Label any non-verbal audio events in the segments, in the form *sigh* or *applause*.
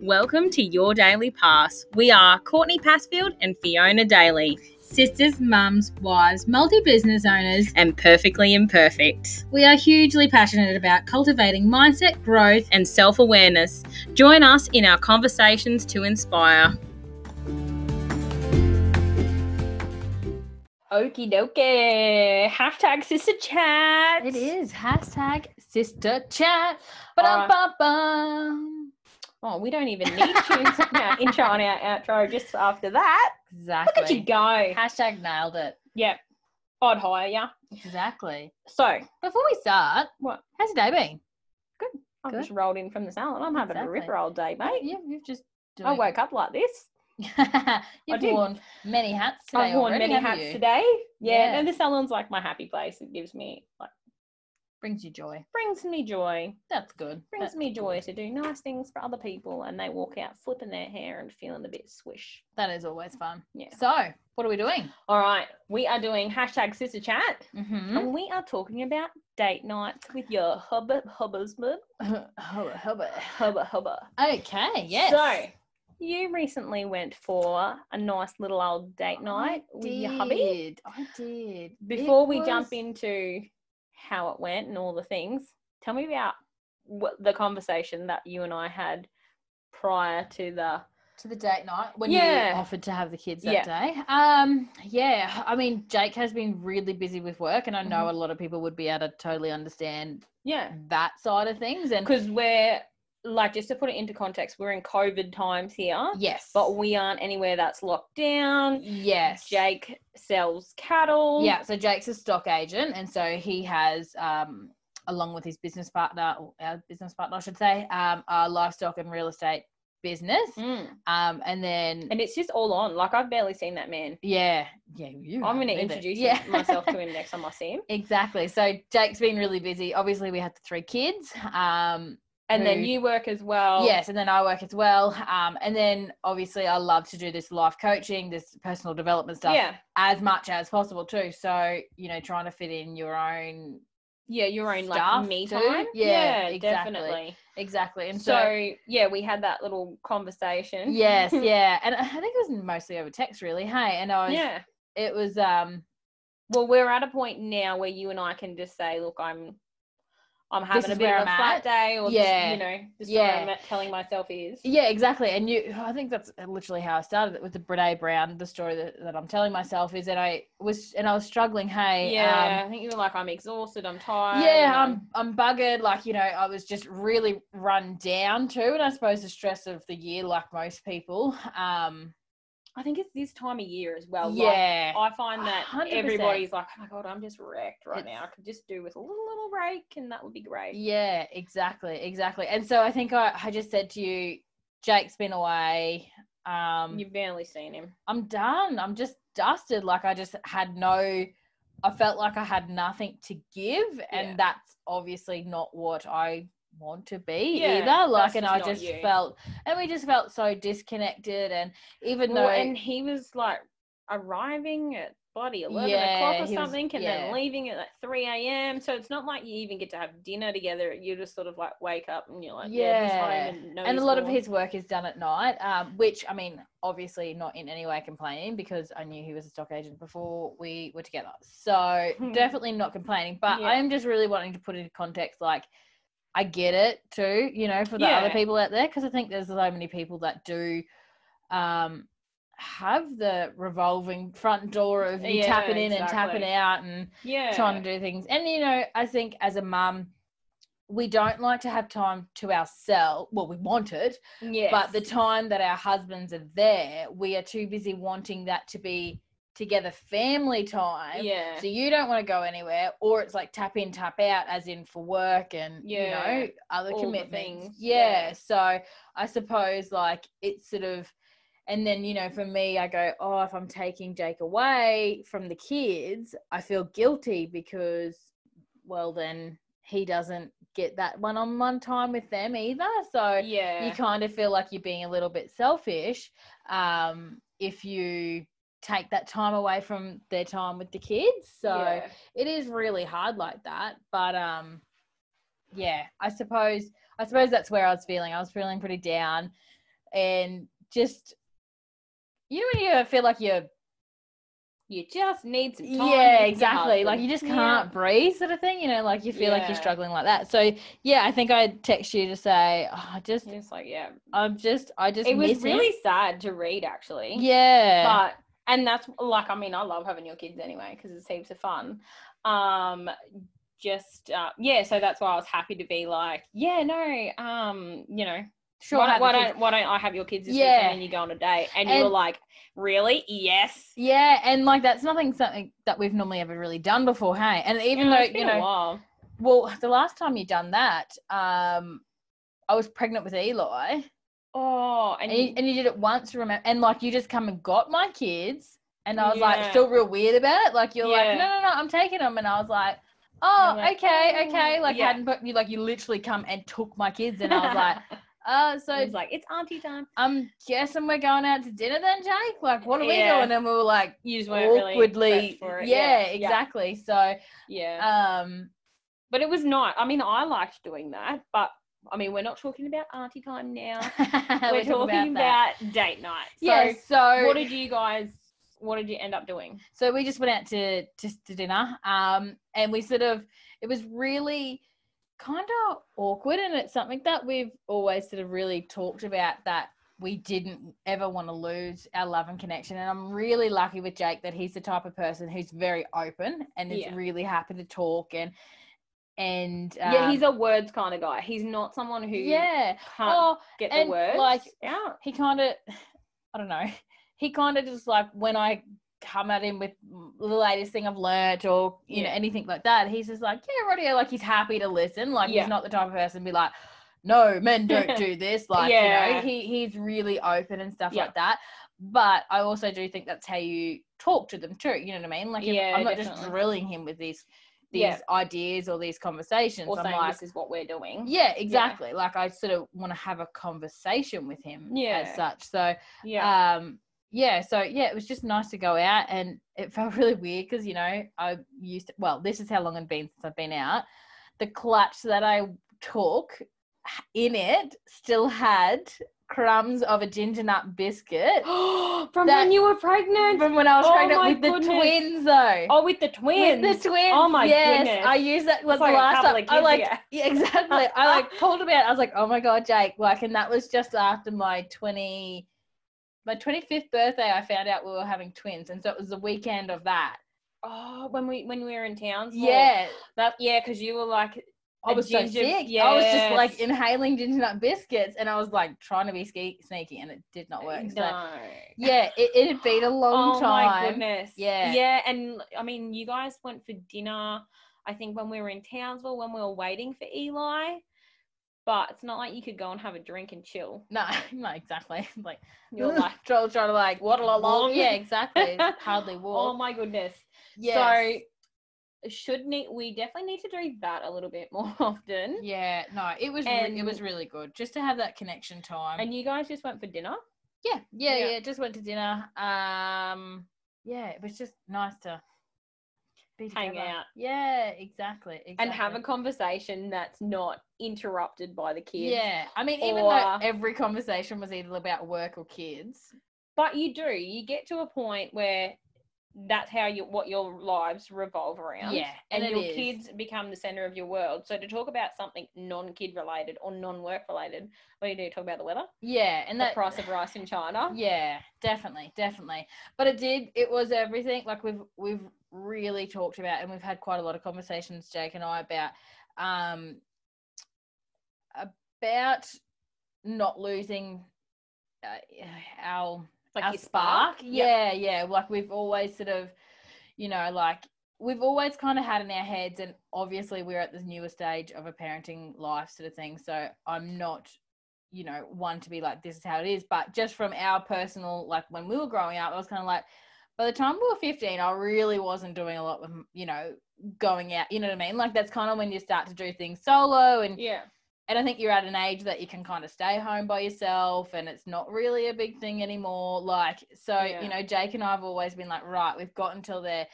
Welcome to Your Daily Pass. We are Courtney Passfield and Fiona Daly, sisters, mums, wives, multi business owners, and Perfectly Imperfect, we are hugely passionate about cultivating mindset, growth, and self awareness. Join us in our conversations to inspire. Okie dokie. Hashtag sister chat. it is hashtag sister chat. Uh, Ba-dum-bum-bum. Oh, we don't even *laughs* need tunes in our intro and our outro just after that. Look at you Exactly. go. Hashtag nailed it. Yep. I'd hire ya. Exactly. So Before we start, What? How's your day been? I've Good. just rolled in from the salon. I'm having a Exactly. ripper all day, mate. You, you've just. I *laughs* woke up like this. You've did. worn many hats today. I've worn already, many haven't hats you? today. Yeah, Yeah. no, the salon's like my happy place. It gives me like Brings you joy. brings me joy. That's good. Brings That's me good. joy to do nice things for other people, and they walk out flipping their hair and feeling a bit swish. That is always fun. Yeah. So, what are we doing? All right, we are doing hashtag sister chat, Mm-hmm. and we are talking about date nights with your hubba husband, oh, hubba, hubba. hubba hubba. Okay, yes. oh. So you recently went for a nice little old date night with your hubby. did, I did. It before we jump was- into how it went and all the things, tell me about what the conversation that you and I had prior to the to the date night when Yeah. you offered to have the kids that day. Um, yeah, I mean, Jake has been really busy with work, and I know Mhm. a lot of people would be able to totally understand yeah that side of things. And because we're like just to put it into context, we're in COVID times here, yes, but we aren't anywhere that's locked down. yes, Jake sells cattle. Yeah, so Jake's a stock agent, and so he has, um, along with his business partner, or our business partner, I should say, um, a livestock and real estate business. Mm. Um, and then, and it's just all on. Like I've barely seen that man. yeah, yeah, you. I'm *laughs* going haven't to either. introduce Yeah. myself *laughs* to him next time I see him, exactly. So Jake's been really busy. Obviously, we had the three kids. Um, and then Rude. you work as well. Yes, and then I work as well. Um, and then obviously, I love to do this life coaching, this personal development stuff, yeah, as much as possible too. So you know, trying to fit in your own yeah, your own Stuff like me too. time. Yeah, exactly. definitely. exactly. And So, yeah, we had that little conversation. *laughs* yes yeah and i think it was mostly over text really hey and i was yeah. it was um Well, we're at a point now where you and I can just say, "Look, I'm, I'm having a is bit where of a I'm flat at. day," or Yeah. just, you know, just yeah. Yeah. I'm at- telling myself is. yeah exactly and you i think that's literally how i started it with the brene brown the story that, that i'm telling myself is that i was and i was struggling hey yeah, um, I think you were like, "I'm exhausted. I'm tired." yeah, and I'm I'm buggered. Like you know, I was just really run down too, and I suppose the stress of the year, like most people. Um, I think it's this time of year as well. Like, yeah, I find that 100%. everybody's like, "Oh my god, I'm just wrecked right now. I It's- could just do with a little little break, and that would be great." Yeah, exactly, exactly. And so I think I, I just said to you, Jake's been away. Um, You've barely seen him. I'm done. I'm just dusted. Like I just had no. I felt like I had nothing to give, and Yeah. that's obviously not what I want to be Yeah, either. Like, that's and just I not just you. felt, and we just felt so disconnected. And even Well, though, and he was like arriving at bloody 11 Yeah, o'clock or he was- something and yeah. then leaving at like 3 a.m. So it's not like you even get to have dinner together. You just sort of like wake up and you're like, yeah, he's home Yeah. and, no, and a he's lot of gone." his work is done at night, um, which I mean, obviously not in any way complaining because I knew he was a stock agent before we were together. *laughs* So definitely not complaining, but Yeah. I am just really wanting to put into context like, I get it too, you know, for the other Yeah. people out there, because I think there's so many people that do um, have the revolving front door of you Yeah, tapping in and tapping exactly. out and yeah. trying to do things. And you know, I think as a mum, we don't like to have time to ourselves. Well, we want it, Yes. but the time that our husbands are there, we are too busy wanting that to be together family time. yeah. So you don't want to go anywhere, or it's like tap in, tap out, as in for work and you Yeah, know other all the commitments. things, Yeah. yeah. So I suppose like it's sort of, and then you know for me, I go, oh, if I'm taking Jake away from the kids, I feel guilty because, well, then he doesn't get that one-on-one time with them either. So yeah. you kind of feel like you're being a little bit selfish um, if you take that time away from their time with the kids. So yeah. it is really hard like that. But um, yeah, I suppose I suppose that's where I was feeling. I was feeling pretty down. and just you know when you feel like you're You just need some time. with yeah your exactly like husband. you just Yeah. can't breathe sort of thing you know like you feel like Yeah. you're struggling like that so yeah i think i text you to say oh, i just It's like, yeah. i'm just i just It was miss him." really sad to read, actually. yeah But and that's like I mean I love having your kids anyway because it's heaps of fun. Um, just uh, yeah, so that's why I was happy to be like, yeah, no, um, you know, sure why, don't, have the why kids. don't why don't I have your kids this Yeah. weekend and you go on a date? And, you And- were like, really? Yes. yeah and like that's nothing something that we've normally ever really done before hey and even Yeah, it's though you been a know while. well the last time you done that um i was pregnant with eli oh, and, and you, you- and you did it once remember and like you just come and got my kids and i was like Yeah. still real weird about it like you're Yeah. like no no no i'm taking them and i was like oh And you're like, okay "Oh." okay like Yeah. hadn't put you like you literally come and took my kids and *laughs* i was like uh *laughs* so I was like, it's auntie time. i'm guessing we're going out to dinner then jake like what are Yeah. we doing and we were like You just weren't really awkwardly prepped for it. yeah, exactly Yeah. so um *laughs* but it was not. I mean, I liked doing that, but I mean, we're not talking about auntie time *laughs* now. we're, we're, talking about, that. date night. So yeah so what did you guys what did you end up doing? so we just went out to just to dinner um and we sort of it was really kind of awkward and it's something that we've always sort of really talked about that we didn't ever want to lose our love and connection and i'm really lucky with jake that he's the type of person who's very open and is Yeah. really happy to talk and and yeah, he's um, a words kind of guy. He's not someone who yeah can't oh get and, the words like, out. he kind of i don't know he kind of just like when i come at him with the latest thing i've learnt or you know Yeah. anything like that he's just like yeah radio like he's happy to listen like Yeah. he's not the type of person to be like no men *laughs* don't do this like you Yeah. know he, he's really open and stuff Yeah. like that but i also do think that's how you talk to them too you know what i mean like if- Yeah, i'm not just definitely. drilling him with these these Yeah. ideas or these conversations Or i'm saying like this is what we're doing. yeah, exactly. Like I sort of want to have a conversation with him Yeah. as such. So Yeah. um yeah, so yeah, it was just nice to go out and it *laughs* felt really weird because you know, I used to, well, this is how long I've been since I've been out. The clutch that I took in it still had crumbs of a ginger nut biscuit *gasps* From that- when you were pregnant. from when I was Oh pregnant my with the goodness. twins though. oh, with the With twins. the twins. Oh my yes, goodness. I used that was like the a last couple time. of I kids like ago. yeah, *laughs* exactly. *laughs* I like pulled him out. I was like, oh my god, Jake. Like, and that was just after my twenty my twenty fifth birthday. I found out we were having twins, and so it was the weekend of that. oh, when we when we were in town. Yeah, That yeah, because you were like I A was so ginger- sick. I was just like yes. inhaling ginger nut biscuits, and I was like trying to be ske- sneaky, and it did not work. So no. yeah, it, it had been a long oh my time. goodness. Yeah. Yeah. And I mean, you guys went for dinner, I think, when we were in Townsville, when we were waiting for Eli. But it's not like you could go and have a drink and chill. No, *laughs* no, exactly. *laughs* Like You're like, trying to like waddle along. *laughs* Yeah, exactly. Hardly walk. oh my goodness. Yes. So should need we definitely need to do that a little bit more *laughs* often. yeah, no, it was re- it was And- really good just to have that connection time. And you guys just went for dinner. yeah, yeah, Yeah. yeah, Just went to dinner. Um, yeah, it was just nice to be Hang together. out. Yeah, exactly, exactly. And have a conversation that's not interrupted by the kids. Yeah, I mean, even though or- every conversation was either about work or kids. but you do you get to a point where that's how you what your lives revolve around Yeah, and, and it your is. kids become the center of your world so to talk about something non-kid related or non-work related what do you do talk about the weather Yeah, and that the price of rice in china Yeah, definitely, definitely. But it did. It was everything. Like we've we've really talked about, and we've had quite a lot of conversations, Jake and I, about um about not losing uh, our like our your spark. Yep. Yeah, yeah. Like we've always sort of, you know, like we've always kind of had in our heads, and obviously we're at this newer stage of a parenting life sort of thing. So I'm not, you know, one to be like, this is how it is. But just from our personal, like when we were growing up, I was kind of like, by the time we were 15, I really wasn't doing a lot with, you know, going out. You know what I mean? Like that's kind of when you start to do things solo and yeah and I think you're at an age that you can kind of stay home by yourself and it's not really a big thing anymore. Like, so, Yeah. you know, Jake and I have always been like, right, we've got until they're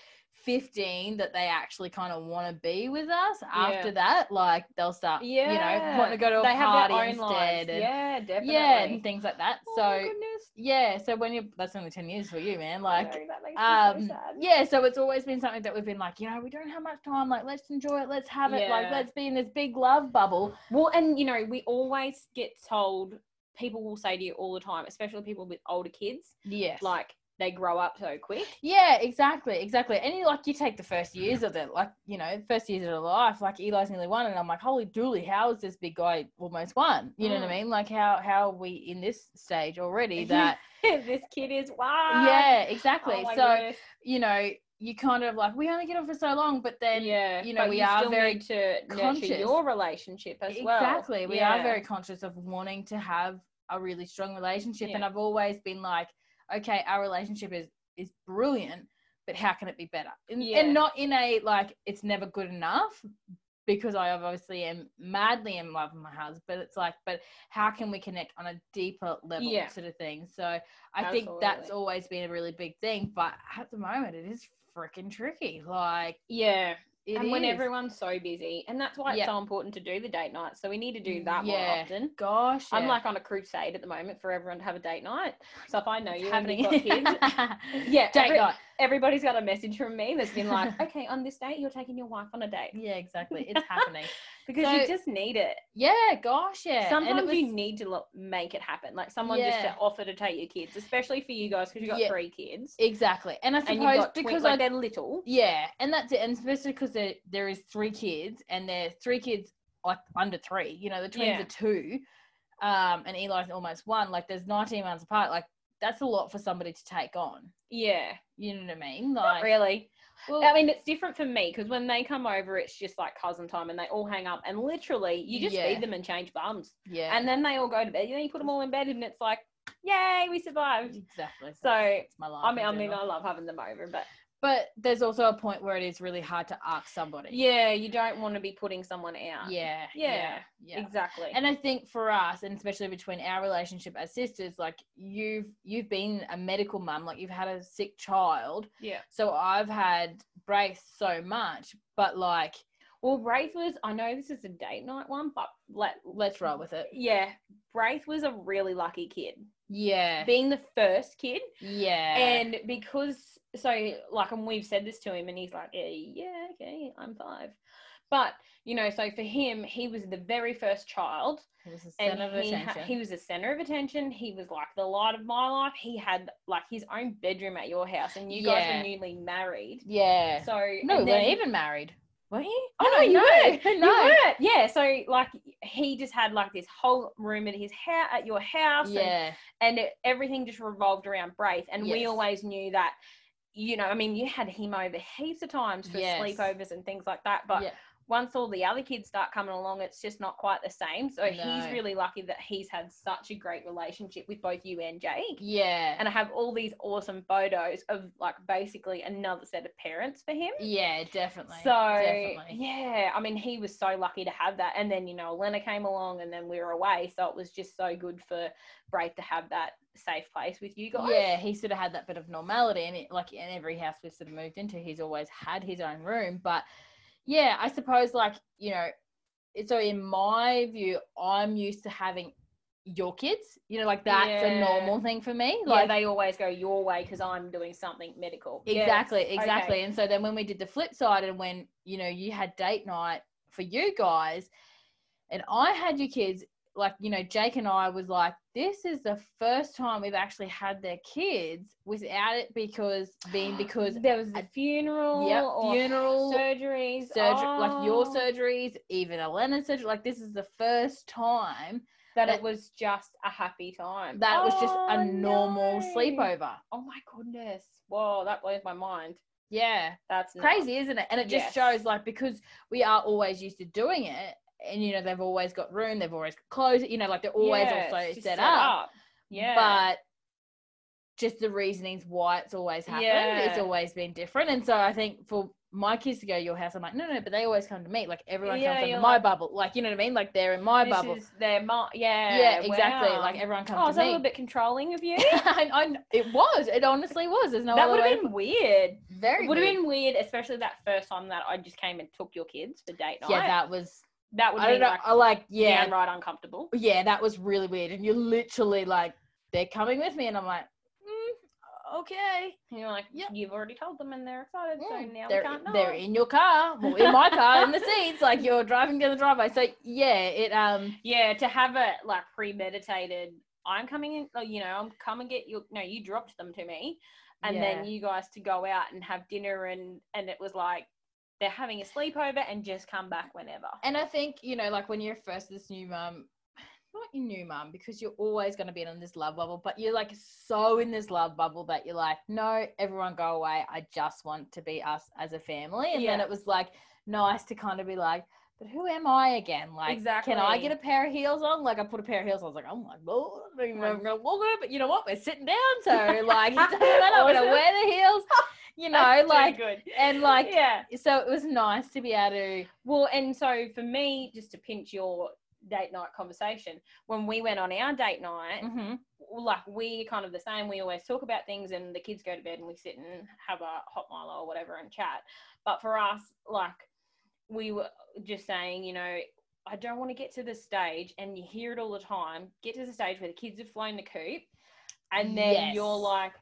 15 that they actually kind of want to be with us after that like they'll start you know want to go to a they have party their own instead lives. and, yeah, definitely. yeah and things like that Oh so my goodness. yeah so when you're that's only 10 years for you man I like know, *laughs* that makes me so um sad. yeah so it's always been something that we've been like you know we don't have much time like let's enjoy it let's have it like Yeah. let's be in this big love bubble Well, and you know, we always get told people will say to you all the time, especially people with older kids, yes like they grow up so quick. yeah exactly exactly and you, like you take the first years of it like you know first years of their life like eli's nearly one and i'm like holy dooly how is this big guy almost one you know Mm. what i mean like how how are we in this *laughs* stage already that this kid is wow. yeah exactly Ah. Oh my so goodness. you know you kind of like we only get on for so long but then yeah, you know, but we are still very need to conscious. nurture your relationship as well. Exactly. We are Yeah. very conscious of wanting to have a really strong relationship. And Yeah. I've always been like, okay, our relationship is is brilliant, but how can it be better? And, Yeah. and not in a like it's never good enough because I obviously am madly in love with my husband, but it's like, but how can we connect on a deeper level Yeah. sort of thing? So I think that's Absolutely. always been a really big thing. But at the moment it is freaking tricky. Like Yeah. it and when is. everyone's so busy, and that's why it's Yeah. so important to do the date night. So we need to do that more Yeah. often. gosh I'm yeah. like on a crusade at the moment for everyone to have a date night. So if I know It's you and you've got kids, *laughs* yeah, Date every- night. everybody's got a message from me that's been *laughs* like, okay, on this date, you're taking your wife on a date Yeah, exactly. *laughs* It's happening. because So- you just need it. Yeah, gosh, yeah. And it Sometimes you was- need to lo- make it happen. Like someone just Yeah. to offer to take your kids, especially for you guys because you've got Yeah. three kids exactly, and I suppose and you've got because because I like they're little. yeah, and that's it, and especially because there there is three kids, and there are three kids like under three. You know, the twins Yeah. are two, um, and Eli's almost one. Like, there's 19 months apart. Like, that's a lot for somebody to take on. Yeah, You know what I mean? not Like, really. well, I mean, it's different for me because when they come over, it's just like cousin time, and they all hang up, and literally, you just Yeah. feed them and change bums, yeah, and then they all go to bed. And then you put them all in bed, and it's like, yay, we survived. exactly. So, that's- that's my life. I in mean, uh, I mean, general. I love having them over, but but there's also a point where it is really hard to ask somebody. yeah, you don't want to be putting someone out. Yeah. Yeah. Yeah, yeah. exactly. And I think for us, and especially between our relationship as sisters, like you've you've been a medical mum, like you've had a sick child. yeah. So I've had breaks so much, but like Well, Braith was. I know this is a date night one, but let let's roll with it. yeah, Braith was a really lucky kid, Yeah. being the first kid, Yeah. and because so like, and we've said this to him, and he's like, yeah, yeah, okay, I'm five, but you know, so for him, he was the very first child, it was a and center of he, ha- attention. he was the center of attention. He was like the light of my life. He had like his own bedroom at your house, and you guys Yeah. were newly married. yeah. So no, we and weren't then- even married. Were you? Oh, no, you weren't. No. You weren't. Yeah. So like he just had like this whole room at his house at your house. and- Yeah. And, it, everything just revolved around Braith. And we Yes. always knew that, you know, I mean, you had him over heaps of times for Yes. sleepovers and things like that. But yeah. once all the other kids start coming along, it's just not quite the same. So No. he's really lucky that he's had such a great relationship with both you and Jake. Yeah. And I have all these awesome photos of like basically another set of parents for him. yeah, definitely. So definitely. yeah, I mean, he was so lucky to have that, and then you know, Lena came along, and then we were away, so it was just so good for Braith to have that safe place with you guys. Yeah, he sort of had that bit of normality, and it, like in every house we've sort of moved into, he's always had his own room. But yeah, I suppose like you know, it- so in my view, I'm used to having your kids. You know, like that's a Yeah. normal thing for me. Yeah, Like they always go your way because I'm doing something medical. Yes, exactly, okay. exactly. And so then when we did the flip side, and when you know you had date night for you guys, and I had your kids. Like you know, Jake and I was like, this is the first time we've actually had their kids without it because *gasps* being because there was a funeral, Yep, or funeral, surgeries, surgery, like your Oh, surgeries, even Elena's surgery. Like this is the first time that that- it was just a happy time. that was just Oh, a normal no. sleepover. Oh my goodness! Whoa, that blows my mind. Yeah, That's nuts. crazy, isn't it? And it Yes. just shows like because we are always used to doing it, and you know they've always got room, they've always got clothes. You know, like they're always Yeah, it's also just set up. Yeah, but just the reasonings why it's always happened it's Yeah. always been different and so i think for my kids to go to your house. I'm like, no, no, but they always come to me. Like everyone Yeah, comes you're into my like- bubble. Like you know what I mean? Like they're in my this bubble. is their mom. Yeah. yeah, exactly. wow. Like everyone comes oh, is to that a me. *laughs* little bit controlling of you? I, I, it was. It honestly was. There's no that other would way. have been weird. been very. It would have weird. been weird, especially that first time that I just came and took your kids for date night. Yeah, that was. that would I be don't know. like I like. Yeah, downright uncomfortable. yeah, that was really weird. And you're literally like, they're coming with me, and I'm like, mm, okay. And you're like, Yep. you've already told them and they're excited, so Mm, now they're, we can't know. they're in your car, well, in my car, in the seats. Like you're driving down the driveway. So yeah, it um. Yeah, to have it like premeditated. I'm coming in, like, you know, I'm come and get you. No, you dropped them to me, and then Yeah. you guys to go out and have dinner, and and it was like they're having a sleepover and just come back whenever. And I think you know, like when you're first this new mum. Not your new mum because you're always going to be in this love bubble, but you're like so in this love bubble that you're like, no, everyone go away. I just want to be us as a family. And then Yeah. it was like nice to kind of be like, but who am I again? Like, can I Exactly. get a pair of heels on? Like, I put a pair of heels on. I was like, oh my god, I don't even know if I'm Like- going to walk her, but you know what? We're sitting *laughs* down, so like, *laughs* it doesn't matter. I'm going Awesome. to wear the heels, you *laughs* know, That's so like, good. and like, yeah. so it was nice to be able to. Well, and so for me, just to pinch your date night conversation, when we went on our date night, Mhm. like we kind of the same. We always talk about things, and the kids go to bed, and we sit and have a hot milo or whatever and chat. But for us, like we were just saying, you know, I don't want to get to the stage, and you hear it all the time. Get to the stage where the kids have flown the coop, and then Yes. you're like,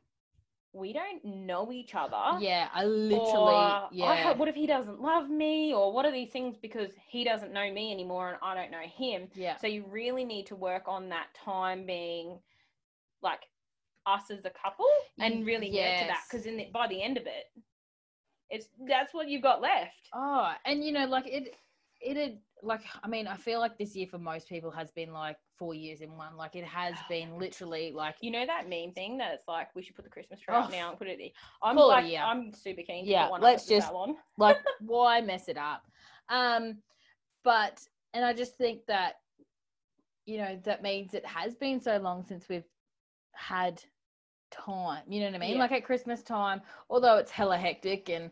we don't know each other. Yeah, I literally. Or, yeah. I hope, what if he doesn't love me? Or what are these things because he doesn't know me anymore and I don't know him? yeah. So you really need to work on that time being like us as a couple and really nurture that Yes. because in the, by the end of it, it's that's what you've got left. Oh, and you know, like it, it had like I mean, I feel like this year for most people has been like four years in one. Like *sighs* it has been literally like You know that meme thing that it's like we should put the Christmas tree up Oh, now and put it. In. I'm call it a like year. I'm super keen. To Yeah, put one up let's at the just- salon. *laughs* like why mess it up um but and i just think that you know that means it has been so long since we've had time you know what i mean Yeah. like at christmas time although it's hella hectic and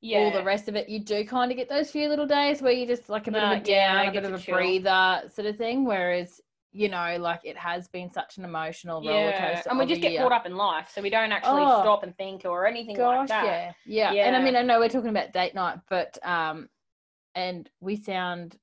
Yeah, all the rest of it you do kind of get those few little days where you just like a bit of Nah, a down yeah, a get bit of to a chill. breather sort of thing whereas you know like it has been such an emotional roller yeah, coaster and we of a just get year. caught up in life, so we don't actually Oh. stop and think or anything like that. yeah. yeah, And I Yeah. mean, I know we're talking about date night, but um, and we sound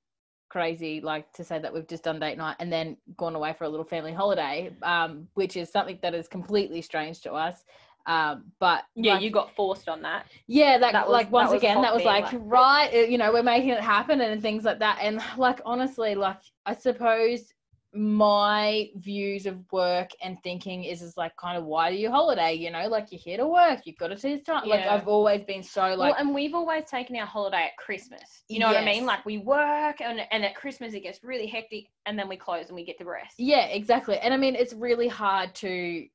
crazy like to say that we've just done date night and then gone away for a little family holiday, um, which is something that is completely strange to us. Um, but Yeah, like, you got forced on that. yeah, that, that was- like that once was again, hot that was being like, like- right, uh, you know, we're making it happen and things like that. And like honestly, like I suppose my views of work and thinking is is like kind of why do you holiday? You know, like you're here to work, you've got to do time. Like Yeah. I've always been so like, well, and we've always taken our holiday at Christmas. You know what I mean? Yes. Like we work, and and at Christmas it gets really hectic, and then we close and we get to rest. yeah, exactly. And I mean, it's really hard to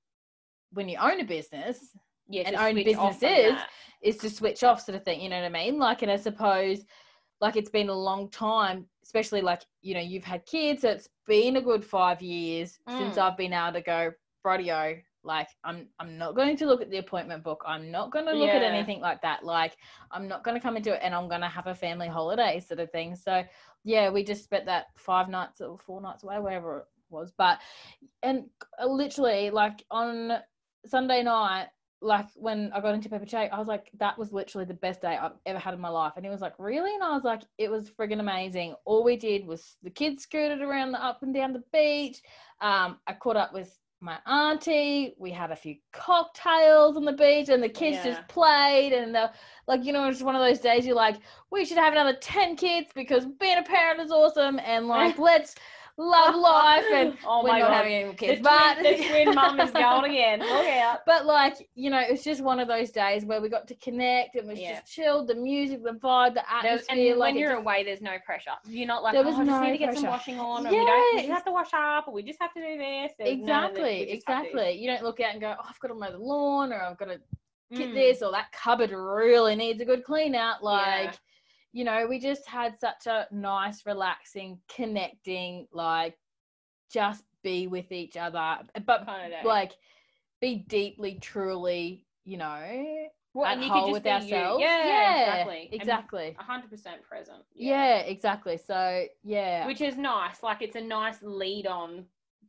when you own a business yeah and to own switch off from businesses, that. is to switch off sort of thing you know what i mean like and i suppose like it's been a long time especially like you know you've had kids so it's been a good five years since Mm. i've been able to go radio like i'm i'm not going to look at the appointment book i'm not going to look at Yeah. anything like that like i'm not going to come into it and i'm going to have a family holiday sort of thing so yeah we just spent that five nights or four nights away wherever it was but and uh, literally like on sunday night like when I got into Pepper Shake, I was like, that was literally the best day I've ever had in my life. And he was like, really? And I was like, it was friggin' amazing. All we did was the kids scooted around the up and down the beach. Um, I caught up with my auntie. We had a few cocktails on the beach, and the kids Yeah. just played. And the like, you know, it's one of those days you're like, we should have another ten kids because being a parent is awesome. And like, let's love *laughs* life. And *laughs* oh we're my not god, having any more the twin, kids, but the *laughs* twin mum is going again. Look out. but like you know, it's just one of those days where we got to connect. It was Yeah. just chilled. The music, the vibe, the There- atmosphere. and like when it you're just- away, there's no pressure. You're not like, There oh, was I just no need to get some pressure. washing on, or we don't, we Yes. just have to wash up, or we just have to do this. There's none of the- exactly, we just have to. exactly. You don't look out and go, "Oh, I've got to mow the lawn," or "I've got to get Mm. this," or "That cupboard really needs a good clean out." Like. Yeah. You know, we just had such a nice, relaxing, connecting, like just be with each other, but Kind of day. like be deeply, truly, you know, Well, at whole with ourselves. Yeah, yeah, exactly. uh, Exactly. hundred percent present. yeah. exactly. So yeah, Which is nice. Like it's a nice lead on,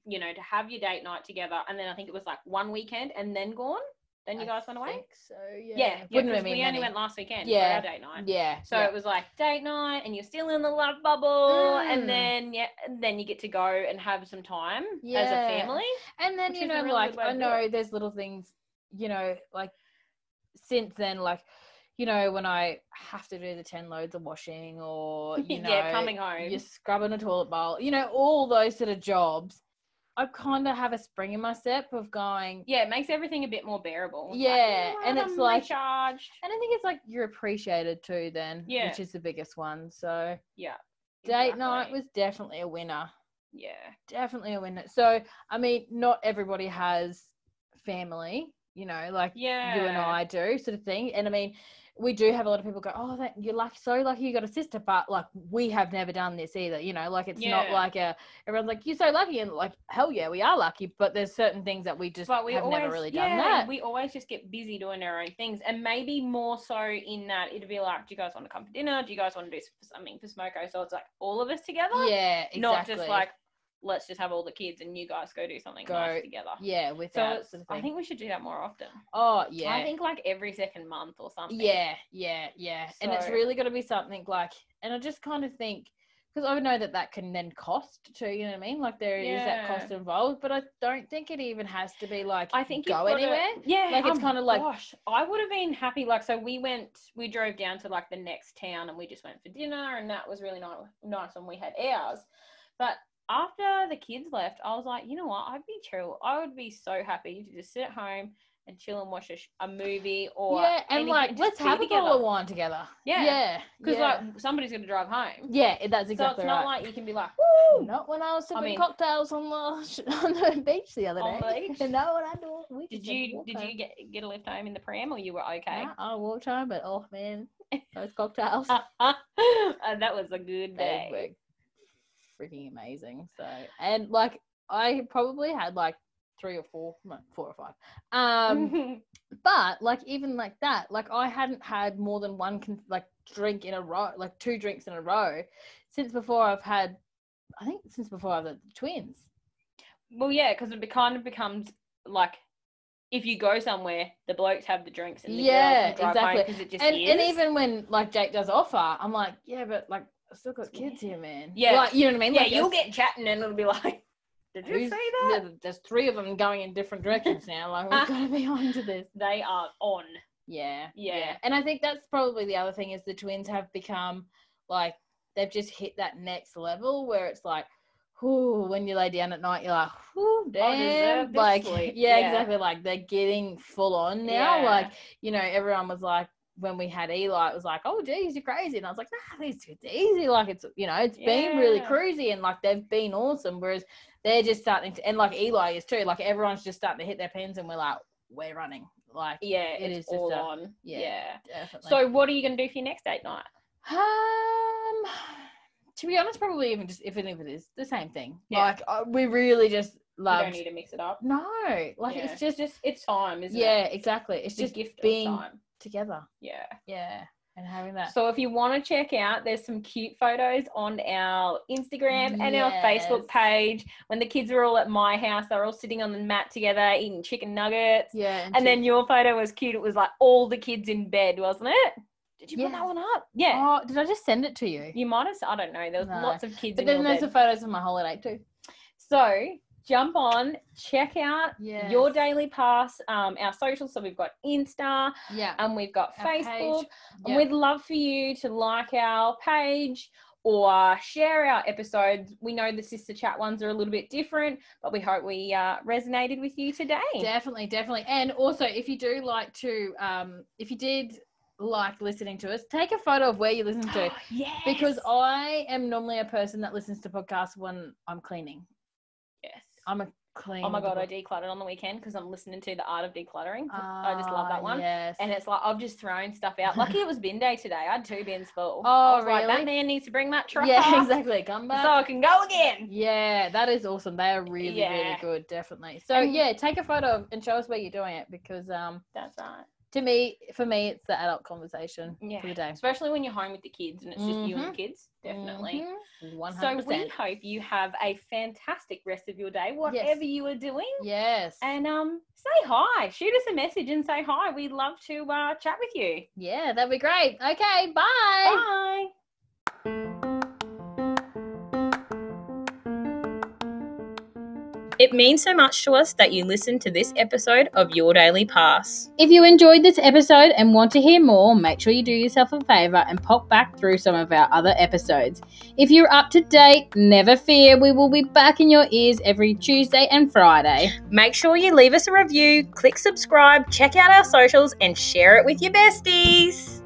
you know, to have your date night together. And then I think it was like one weekend and then gone. Then you I guys went away? think So yeah, Yeah. yeah, wouldn't have 'cause been we only many. went last weekend Yeah. for our date night. yeah. So yeah. it was like date night and you're still in the love bubble Mm. and then yeah and then you get to go and have some time as Yeah. a family. and then which you is a know really like good way i to do it. know there's little things you know like since then like you know when i have to do the 10 loads of *laughs* washing or you know yeah, coming home. you're scrubbing a toilet bowl you know all those sort of jobs i kind of have a spring in my step of going yeah, it makes everything a bit more bearable. It's like, Yeah, "You know and what, it's I'm like- recharged. and i think it's like you're appreciated too then Yeah. which is the biggest one so Yeah. date night exactly. was definitely a winner yeah. definitely a winner so i mean not everybody has family you know like Yeah. you and I do, sort of thing. And I mean, we do have a lot of people go, "Oh, that, you're lucky, so lucky you got a sister," but like we have never done this either. You know, like it's not Yeah. like a everyone's like, "You're so lucky," and like, "Hell yeah, we are lucky." But there's certain things that we just But we have always never really yeah, done that. We always just get busy doing our own things, and maybe more so in that it'd be like, do you guys want to come for dinner? Do you guys want to do s- something for smoko? So it's like all of us together, yeah, exactly. not just like let's just have all the kids and you guys go do something Go- nice together. yeah, with So that it's, sort of thing. I think we should do that more often. oh yeah, I think like every second month or something. Yeah, yeah, yeah. and it's So- really got to be something like, and I just kind of think, because I know that that can then cost too, you know what I mean? Like there is that Yeah. cost involved, but I don't think it even has to be like, I think you've go gotta- anywhere. Yeah, Like, it's oh kinda like- gosh, I would have been happy. Like, so we went, we drove down to like the next town, and we just went for dinner, and that was really nice, nice when we had ours. But after the kids left, I was like, you know what? I'd be chill. I would be so happy to just sit at home and chill and watch a, sh- a movie or yeah, and anything, like, just let's be have a together. bottle of wine together. Yeah, Yeah. because yeah. like somebody's gonna drive home. yeah, it- that's so exactly it's not right. like you can be like, Woo! Not when I was sipping mean- cocktails on the, *laughs* on the beach the other On the day. beach? *laughs* You know what I do? We did just had you did walkers. you get get a lift home in the pram, or you were okay? Nah, I walked home, but oh *laughs* man, those cocktails. *laughs* Uh, that was a good day. they were freaking amazing. So and like I probably had like three or four, no, four or five. *laughs* Um, but like even like that, like I hadn't had more than one con- like drink in a row, like two drinks in a row, since before I've had, I think since before I've had the twins. Well, yeah, because it be- kind of becomes like if you go somewhere, the blokes have the drinks and the Yeah, girls can drive exactly. because it just And is. and even when like Jake does offer, I'm like, yeah, but like I still got kids here, man. Yeah. like you know what I mean. yeah, Like, you'll it's- get chatting and it'll be like, *laughs* did you say who's- that? Uh. there- There's three of them going in different directions now. Like we've got to be on to this. They are on. Yeah, Yeah. And I think that's probably the other thing is the twins have become like they've just hit that next level where it's like, whoo, when you lay down at night, you're like, whoo, damn, deserve this like sleep. *laughs* yeah, Yeah. exactly. Like they're getting full on now. Yeah. Like you know, everyone was like. When we had Eli, it was like, "Oh, geez, you're crazy," and I was like, "Nah, these kids are easy. Like it's, you know, it's been really Yeah. cruisy, and like they've been awesome. Whereas they're just starting to, and like Eli is too. Like everyone's just starting to hit their pins, and we're like, we're running. Like Yeah, It is it's just all a- on. yeah. Yeah. definitely. So, what are you going to do for your next date night? Um, to be honest, probably even just if it even is the same thing. Yeah. Like uh, we really just You love. don't need to mix it up. No, like Yeah. it's just, just It's time, isn't it? yeah, exactly. It's It's just just gift being- of time. together. Yeah. Yeah, and having that. So if you want to check out, there's some cute photos on our Instagram and our Facebook Yes. page. When the kids were all at my house, they were all sitting on the mat together eating chicken nuggets. yeah, And then your photo was cute. It was like all the kids in bed, wasn't it? Did you put Yeah. that one up? Yeah. Oh, did I just send it to you? You might have, I don't know. There was No. lots of kids But in then your there's bed. the photos of my holiday too. so jump on, check out Yeah. your daily pass, um, our socials. So we've got Insta Yeah. and we've got Our page. Facebook. And Yeah. We'd love for you to like our page or share our episodes. We know the sister chat ones are a little bit different, but we hope we uh, resonated with you today. Definitely, definitely. And also, if you do like to, um, if you did like listening to us, take a photo of where you listen to. *gasps* yes. because I am normally a person that listens to podcasts when I'm cleaning. yes. I'm a clean. oh my god, I decluttered on the weekend because I'm listening to the Art of Decluttering. I just love Ah, that one. Yes. And it's like I've just thrown stuff out. Lucky it was bin day today. I had two bins full. Oh, I was like, really? that man needs to bring that truck yeah, up *laughs* exactly. *laughs* Come so back. I can go again. yeah, that is awesome. They are really, really Yeah. good. Definitely. So And- yeah, take a photo of, and show us where you're doing it because um, That's right. to me, for me, it's the adult conversation Yeah. for the day. Mm-hmm. especially when you're home with the kids and it's just you and the kids. Definitely. One So hundred we percent. hope you have a fantastic rest of your day, whatever you are doing. Yes. And um, say hi. Shoot us a message and say hi. We'd love to uh, chat with you. yeah, that'd be great. Okay, bye. Bye. It means so much to us that you listen to this episode of Your Daily Pass. If you enjoyed this episode and want to hear more, make sure you do yourself a favor and pop back through some of our other episodes. If you're up to date, never fear, we will be back in your ears every Tuesday and Friday. Make sure you leave us a review, click subscribe, check out our socials, and share it with your besties.